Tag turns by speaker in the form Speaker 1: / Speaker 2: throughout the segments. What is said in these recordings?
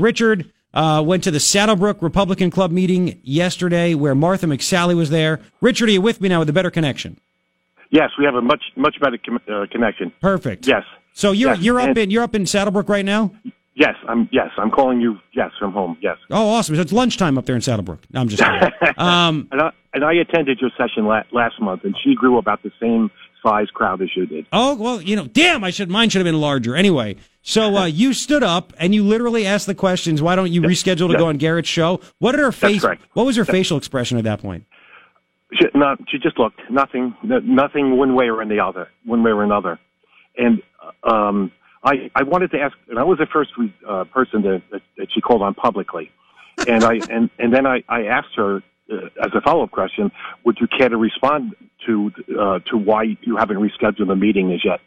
Speaker 1: Richard uh, went to the Saddlebrook Republican Club meeting yesterday where Martha McSally was there. Richard, are you with me now with a better connection?
Speaker 2: Yes, we have a much much better com- uh, connection.
Speaker 1: Perfect.
Speaker 2: Yes.
Speaker 1: So you're
Speaker 2: Yes,
Speaker 1: you're up
Speaker 2: and-
Speaker 1: in you're up in Saddlebrook right now?
Speaker 2: Yes, I'm. Yes, I'm calling you. Yes, from home. Yes,
Speaker 1: Oh, awesome! So it's lunchtime up there in Saddlebrook. No, I'm just kidding. um,
Speaker 2: and I, and I attended your session la- last month, and she grew about the same size crowd as you did.
Speaker 1: oh well, you know, damn! I should mine should have been larger. Anyway, so uh, you stood up and you literally asked the questions. Why don't you reschedule to
Speaker 2: yes.
Speaker 1: go on Garrett's show? What did her face?
Speaker 2: correct.
Speaker 1: What was her facial expression at that point?
Speaker 2: She, not, she just looked nothing, no- nothing one way or in the other, one way or another. And um, I, I wanted to ask, and I was the first uh, person that, that, that she called on publicly. And I, and, and then I, I asked her uh, as a follow-up question, would you care to respond to uh, to why you haven't rescheduled the meeting as yet?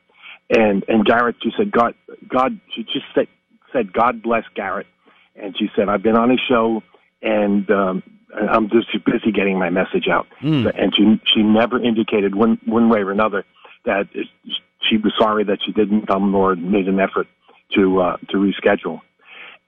Speaker 2: And and Garrett, she said, God, God, she just said, said, God bless Garrett. And she said, I've been on his show, and um, I'm just too busy getting my message out. So- And she she never indicated one one way or another that it- she was sorry that she didn't come nor made an effort to uh, to reschedule.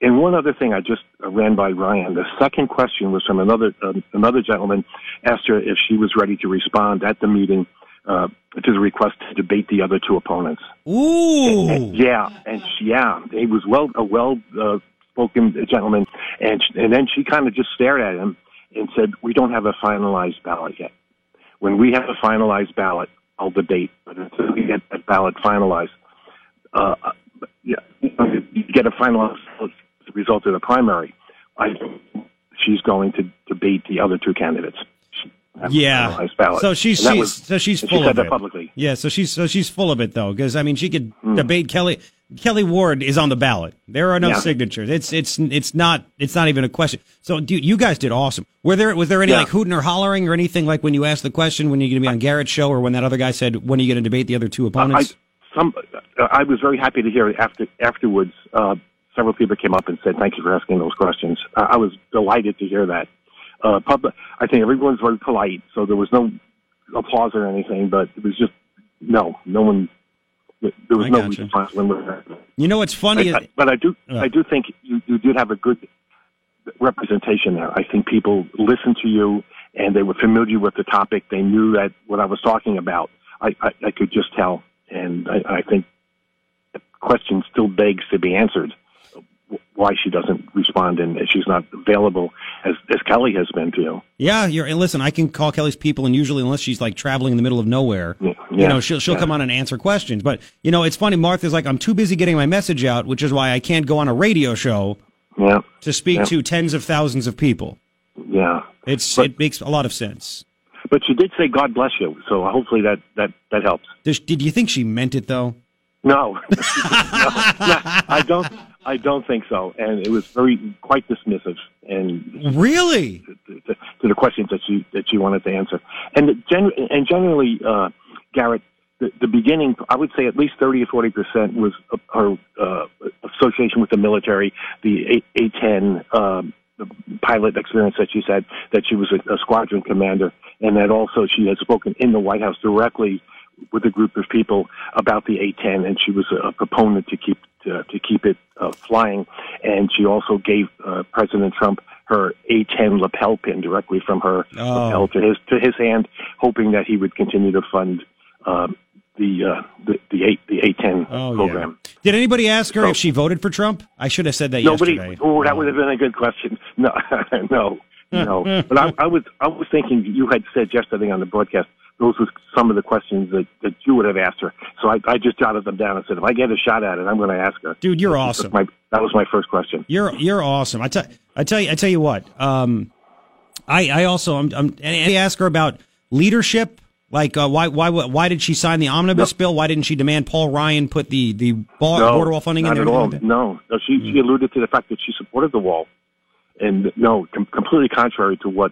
Speaker 2: And one other thing, I just uh, ran by Ryan. The second question was from another um, another gentleman. Asked her if she was ready to respond at the meeting uh, to the request to debate the other two opponents.
Speaker 1: Ooh,
Speaker 2: Yeah, and she, yeah, he was well a well uh, spoken gentleman, and sh and then she kind of just stared at him and said, "We don't have a finalized ballot yet. When we have a finalized ballot, I'll debate. But until we get that ballot finalized, uh, yeah, you get a finalized ballot as a result of the primary. I she's going to debate the other two candidates." She-
Speaker 1: yeah.
Speaker 2: finalized ballot.
Speaker 1: So she's
Speaker 2: And that
Speaker 1: she's
Speaker 2: was-
Speaker 1: so she's
Speaker 2: and
Speaker 1: full
Speaker 2: she said
Speaker 1: of
Speaker 2: that
Speaker 1: it.
Speaker 2: publicly. Hmm.
Speaker 1: Yeah, so she's so she's full of it though, because I mean, she could debate Kelly. Kelly Ward is on the ballot. There are no
Speaker 2: Yeah.
Speaker 1: signatures. It's it's it's not it's not even a question. So, dude, you guys did awesome. Were there was there any
Speaker 2: Yeah.
Speaker 1: like hooting or hollering or anything like when you asked the question when you're going to be on Garrett's show or when that other guy said when are you going to debate the other two
Speaker 2: I,
Speaker 1: opponents?
Speaker 2: some, uh, I was very happy to hear it after afterwards. Uh, several people came up and said, "Thank you for asking those questions." I, I was delighted to hear that. Uh, pub, I think everyone's very polite, so there was no applause or anything, but it was just no, no one. There was
Speaker 1: I
Speaker 2: no
Speaker 1: gotcha.
Speaker 2: response when we were.
Speaker 1: you know what's funny? is-
Speaker 2: I- I- but I do,
Speaker 1: Yeah.
Speaker 2: I do think you, you did have a good representation there. I think people listened to you and they were familiar with the topic. They knew that what I was talking about. I, I, I could just tell, and I, I think the question still begs to be answered. wh- Why she doesn't respond and she's not available as as Kelly has been to you.
Speaker 1: Yeah, you're, and listen, I can call Kelly's people, and usually, unless she's like traveling in the middle of nowhere,
Speaker 2: Yeah,
Speaker 1: you
Speaker 2: yeah,
Speaker 1: know, she'll she'll
Speaker 2: yeah.
Speaker 1: come on and answer questions. But you know, it's funny. Martha's like, I'm too busy getting my message out, which is why I can't go on a radio show
Speaker 2: Yeah,
Speaker 1: to speak
Speaker 2: Yeah.
Speaker 1: to tens of thousands of people.
Speaker 2: yeah.
Speaker 1: It's
Speaker 2: But-
Speaker 1: it makes a lot of sense.
Speaker 2: But she did say God bless you, so hopefully that that that helps.
Speaker 1: Does, did you think she meant it though?
Speaker 2: No. No, I don't. I don't think so. And it was very quite dismissive and
Speaker 1: Really?
Speaker 2: to, to, to the questions that she that she wanted to answer. And gen, and generally, uh, Garrett, the, the beginning, I would say at least thirty or forty percent was uh, her uh, association with the military, the A ten. Um, the pilot experience that she said that she was a, a squadron commander, and that also she had spoken in the White House directly with a group of people about the A-10, and she was a proponent to keep to, to keep it uh, flying. And she also gave uh, President Trump her A-10 lapel pin directly from her
Speaker 1: Oh.
Speaker 2: lapel to his to his hand, hoping that he would continue to fund um, the, uh, the the A the A-10
Speaker 1: Oh
Speaker 2: program.
Speaker 1: yeah. Did anybody ask her
Speaker 2: So-
Speaker 1: if she voted for Trump? I should have said that
Speaker 2: Nobody.
Speaker 1: yesterday.
Speaker 2: Oh, that would have been a good question. No, no, no. but I, I was, I was thinking you had said yesterday on the broadcast. Those were some of the questions that, that you would have asked her. So I, I just jotted them down and said, if I get a shot at it, I'm going to ask her.
Speaker 1: Dude, you're
Speaker 2: That's
Speaker 1: awesome.
Speaker 2: my- that was my first question.
Speaker 1: You're you're awesome. I tell I tell you I tell you what. Um, I I also I'm, I'm and and they ask her about leadership. Like uh, why why why did she sign the omnibus bill? Why didn't she demand Paul Ryan put the the ball, border wall funding in Mm.
Speaker 2: not
Speaker 1: there?
Speaker 2: at
Speaker 1: or
Speaker 2: all.
Speaker 1: anything like that?
Speaker 2: no, no. She, she alluded to the fact that she supported the wall, and no, com- completely contrary to what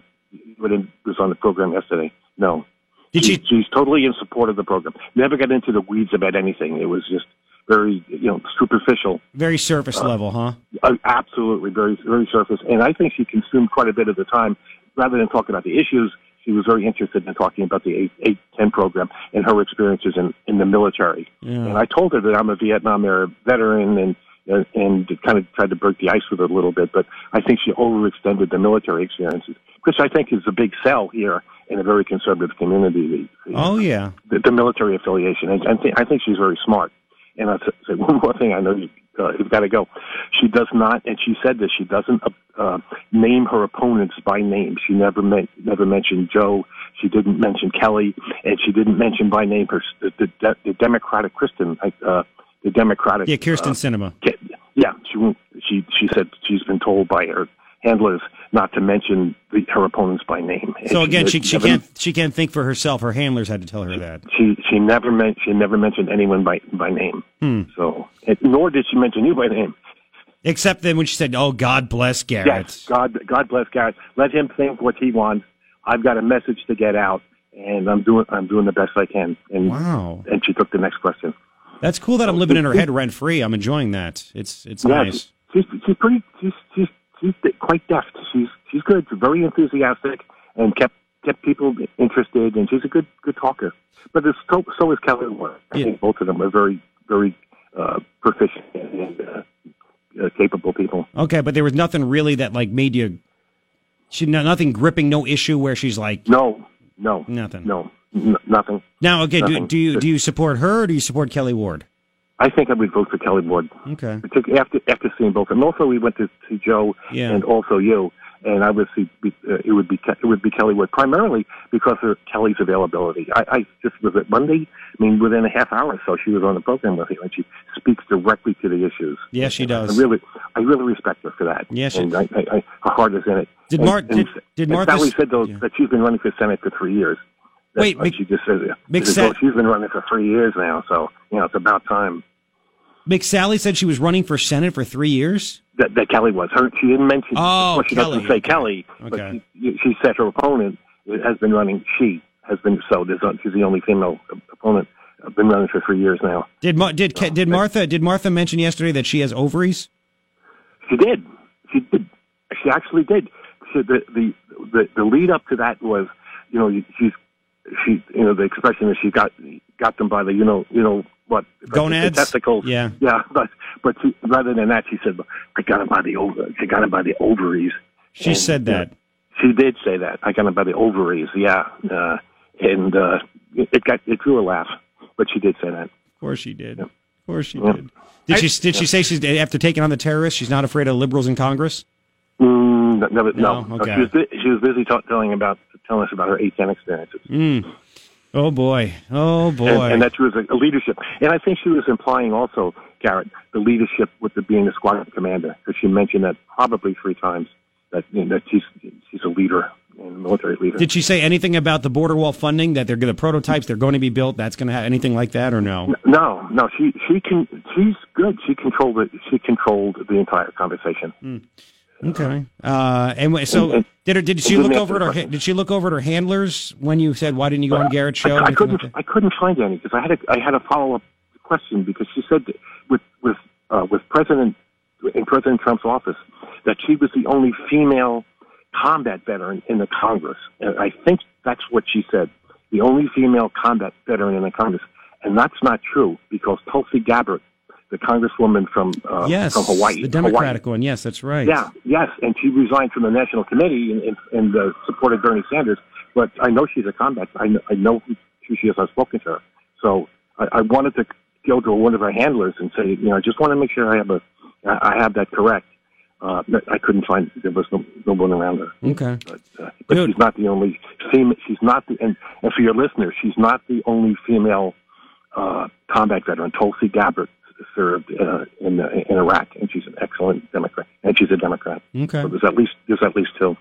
Speaker 2: what it was on the program yesterday. No,
Speaker 1: Did
Speaker 2: She-
Speaker 1: she-
Speaker 2: She's totally in support of the program. Never got into the weeds about anything. It was just very you know superficial.
Speaker 1: Very surface level, huh?
Speaker 2: Uh, absolutely very very surface. And I think she consumed quite a bit of the time rather than talking about the issues. She was very interested in talking about the 810 program and her experiences in, in the military. And I told her that I'm a Vietnam era veteran and and, and kind of tried to break the ice with it a little bit. But I think she overextended the military experiences, which I think is a big sell here in a very conservative community. The, the,
Speaker 1: Oh yeah.
Speaker 2: the, the military affiliation. And, and th- I think she's very smart. And I s- said one more thing. I know you, uh, you've got to go. She does not, and she said this. She doesn't uh, uh, name her opponents by name. She never men- never mentioned Joe. She didn't mention Kelly, and she didn't mention by name her s- the, the, de- the Democratic Kristen, uh, the Democratic
Speaker 1: Yeah, Kirsten Cinema.
Speaker 2: Ki- yeah, she won't. She she said she's been told by her handlers not to mention the, her opponents by name. And
Speaker 1: So again, she
Speaker 2: did-
Speaker 1: she
Speaker 2: never-
Speaker 1: can't she can't think for herself. Her handlers had to tell her that.
Speaker 2: She she never meant she never mentioned anyone by by name. So and nor did she mention you by name.
Speaker 1: Except then when she said, "Oh God bless Garrett."
Speaker 2: Yes, God God bless Garrett. Let him think what he wants. I've got a message to get out, and I'm doing I'm doing the best I can. And
Speaker 1: Wow,
Speaker 2: and she took the next question.
Speaker 1: that's cool that I'm living in her head rent free. I'm enjoying that. It's it's
Speaker 2: Yeah,
Speaker 1: nice.
Speaker 2: she's she's pretty she's she's she's quite deft. She's she's good. She's very enthusiastic and kept kept people interested. And she's a good good talker. But it's, so so is Kelly Warren. I
Speaker 1: Yeah.
Speaker 2: think both of them are very very uh, proficient and uh, uh, capable people.
Speaker 1: Okay, but there was nothing really that like made you. She no, nothing gripping, no issue where she's like
Speaker 2: No, no,
Speaker 1: Nothing.
Speaker 2: No, n- nothing.
Speaker 1: now. Okay, do,
Speaker 2: Nothing.
Speaker 1: do you do you support her or do you support Kelly Ward?
Speaker 2: I think I would vote for Kelly Ward.
Speaker 1: Okay,
Speaker 2: particularly after after seeing both. And also, we went to see Joe
Speaker 1: Yeah.
Speaker 2: and also you. And I would see uh, it would be Ke- it would be Kelly Wood primarily because of Kelly's availability. I, I just was at Monday. I mean, within a half hour or so, she was on the program with you, and she speaks directly to the issues.
Speaker 1: Yes, she does.
Speaker 2: I really, I really respect her for that.
Speaker 1: Yes, she-
Speaker 2: and I, I, I, her heart is in it.
Speaker 1: Did
Speaker 2: and,
Speaker 1: Mar-
Speaker 2: and,
Speaker 1: did- did
Speaker 2: and
Speaker 1: Martha
Speaker 2: Sally
Speaker 1: s-
Speaker 2: said though
Speaker 1: yeah.
Speaker 2: that she's been running for Senate for three years. That's
Speaker 1: Wait,
Speaker 2: why
Speaker 1: Mc-
Speaker 2: she just said,
Speaker 1: Mc-
Speaker 2: she said, well, she's been running for three years now, so you know it's about time.
Speaker 1: McSally said she was running for senate for three years.
Speaker 2: that, that Kelly was. Her, she didn't mention.
Speaker 1: Oh,
Speaker 2: well, she
Speaker 1: Kelly.
Speaker 2: doesn't say Kelly,
Speaker 1: Okay.
Speaker 2: but she, she said her opponent has been running. She has been so. There's not, she's the only female opponent. I've been running for three years now.
Speaker 1: Did Ma- did Ke-
Speaker 2: Oh,
Speaker 1: did Martha did Martha mention yesterday that she has ovaries?
Speaker 2: She did. She did. She actually did. So the the the, the lead up to that was, you know, she's she you know the expression is she got got them by the you know you know what
Speaker 1: Gonads?
Speaker 2: the testicles
Speaker 1: Yeah.
Speaker 2: yeah but but she, rather than that she said I got them by the over she got them by the ovaries
Speaker 1: She
Speaker 2: And,
Speaker 1: said
Speaker 2: you know,
Speaker 1: that.
Speaker 2: She did say that. I got it by the ovaries. Yeah, uh, and uh, it it got it drew a laugh, but she did say that.
Speaker 1: Of course she did. Of course she did. Did she did she say she's after taking on the terrorists? She's not afraid of liberals in Congress.
Speaker 2: Mm, no, no,
Speaker 1: No?
Speaker 2: no,
Speaker 1: Oh, Okay.
Speaker 2: She was bu- she was busy ta- telling about telling us about her ATN experiences,
Speaker 1: Oh boy. Oh boy.
Speaker 2: and, and that she was a, a leadership. And I think she was implying also, Garrett, the leadership with the being a squadron commander, because she mentioned that probably three times that you know, that she's she's a leader, a military leader.
Speaker 1: Did she say anything about the border wall funding that they're the prototypes they're going to be built? That's going to have anything like that or no?
Speaker 2: No, no, she she can she's good. She controlled it. She controlled the entire conversation.
Speaker 1: Okay. Uh, and wait, so
Speaker 2: And-
Speaker 1: did her, did she
Speaker 2: and
Speaker 1: look
Speaker 2: let me
Speaker 1: over at
Speaker 2: answer
Speaker 1: her
Speaker 2: the
Speaker 1: ha- did she look over at her handlers when you said why didn't you go on Garrett's show?
Speaker 2: I, I
Speaker 1: Anything
Speaker 2: couldn't
Speaker 1: like that?
Speaker 2: I couldn't find any because I had a I had a follow up question because she said that with with uh, with President in President Trump's office that she was the only female combat veteran in the Congress. And I think that's what she said. The only female combat veteran in the Congress, and that's not true because Tulsi Gabbard, the Congresswoman from uh,
Speaker 1: yes,
Speaker 2: from Hawaii,
Speaker 1: the
Speaker 2: Hawaii,
Speaker 1: Democratic one. Yes, that's right.
Speaker 2: Yeah, yes, and she resigned from the National Committee and, and, and uh, supported Bernie Sanders. But I know she's a combat. I know, I know who who she is. I've spoken to her. So I, I wanted to go to one of her handlers and say, you know, I just want to make sure I have a, I I have that correct. Uh, but I couldn't find there was no, no one around her.
Speaker 1: Okay.
Speaker 2: But, uh, but
Speaker 1: Dude.
Speaker 2: she's not the only female. She's not the and, and for your listeners, she's not the only female uh, combat veteran. Tulsi Gabbard served uh, in uh, in Iraq, and she's an excellent Democrat, and she's a Democrat.
Speaker 1: Okay.
Speaker 2: So there's at least there's at least two.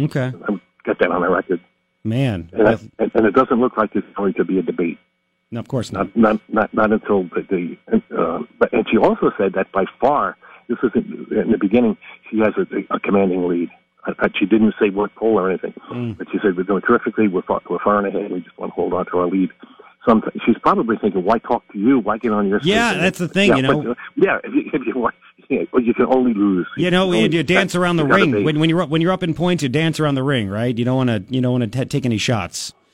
Speaker 1: Okay.
Speaker 2: I've got that on the record,
Speaker 1: Man.
Speaker 2: and,
Speaker 1: I-
Speaker 2: that, and, and it doesn't look like there's going to be a debate.
Speaker 1: no, of course not.
Speaker 2: Not not not, not until the. the uh, but and she also said that by far, this is in, in the beginning. She has a, a commanding lead. Uh, uh, she didn't say what poll or anything,
Speaker 1: Mm.
Speaker 2: but she said we're doing terrifically. We're far, we're far and ahead. We just want to hold on to our lead. Some she's probably thinking, why talk to you? Why get on your?
Speaker 1: Yeah,
Speaker 2: station?"
Speaker 1: that's the thing,
Speaker 2: Yeah,
Speaker 1: you know.
Speaker 2: but, uh, yeah, if you, if you want, yeah, well, you can only lose.
Speaker 1: You know,
Speaker 2: can
Speaker 1: you,
Speaker 2: only-
Speaker 1: you dance around the
Speaker 2: you gotta
Speaker 1: ring
Speaker 2: be-
Speaker 1: when, when you're up when you're up in points. You dance around the ring, right? You don't want to you don't want to t- take any shots.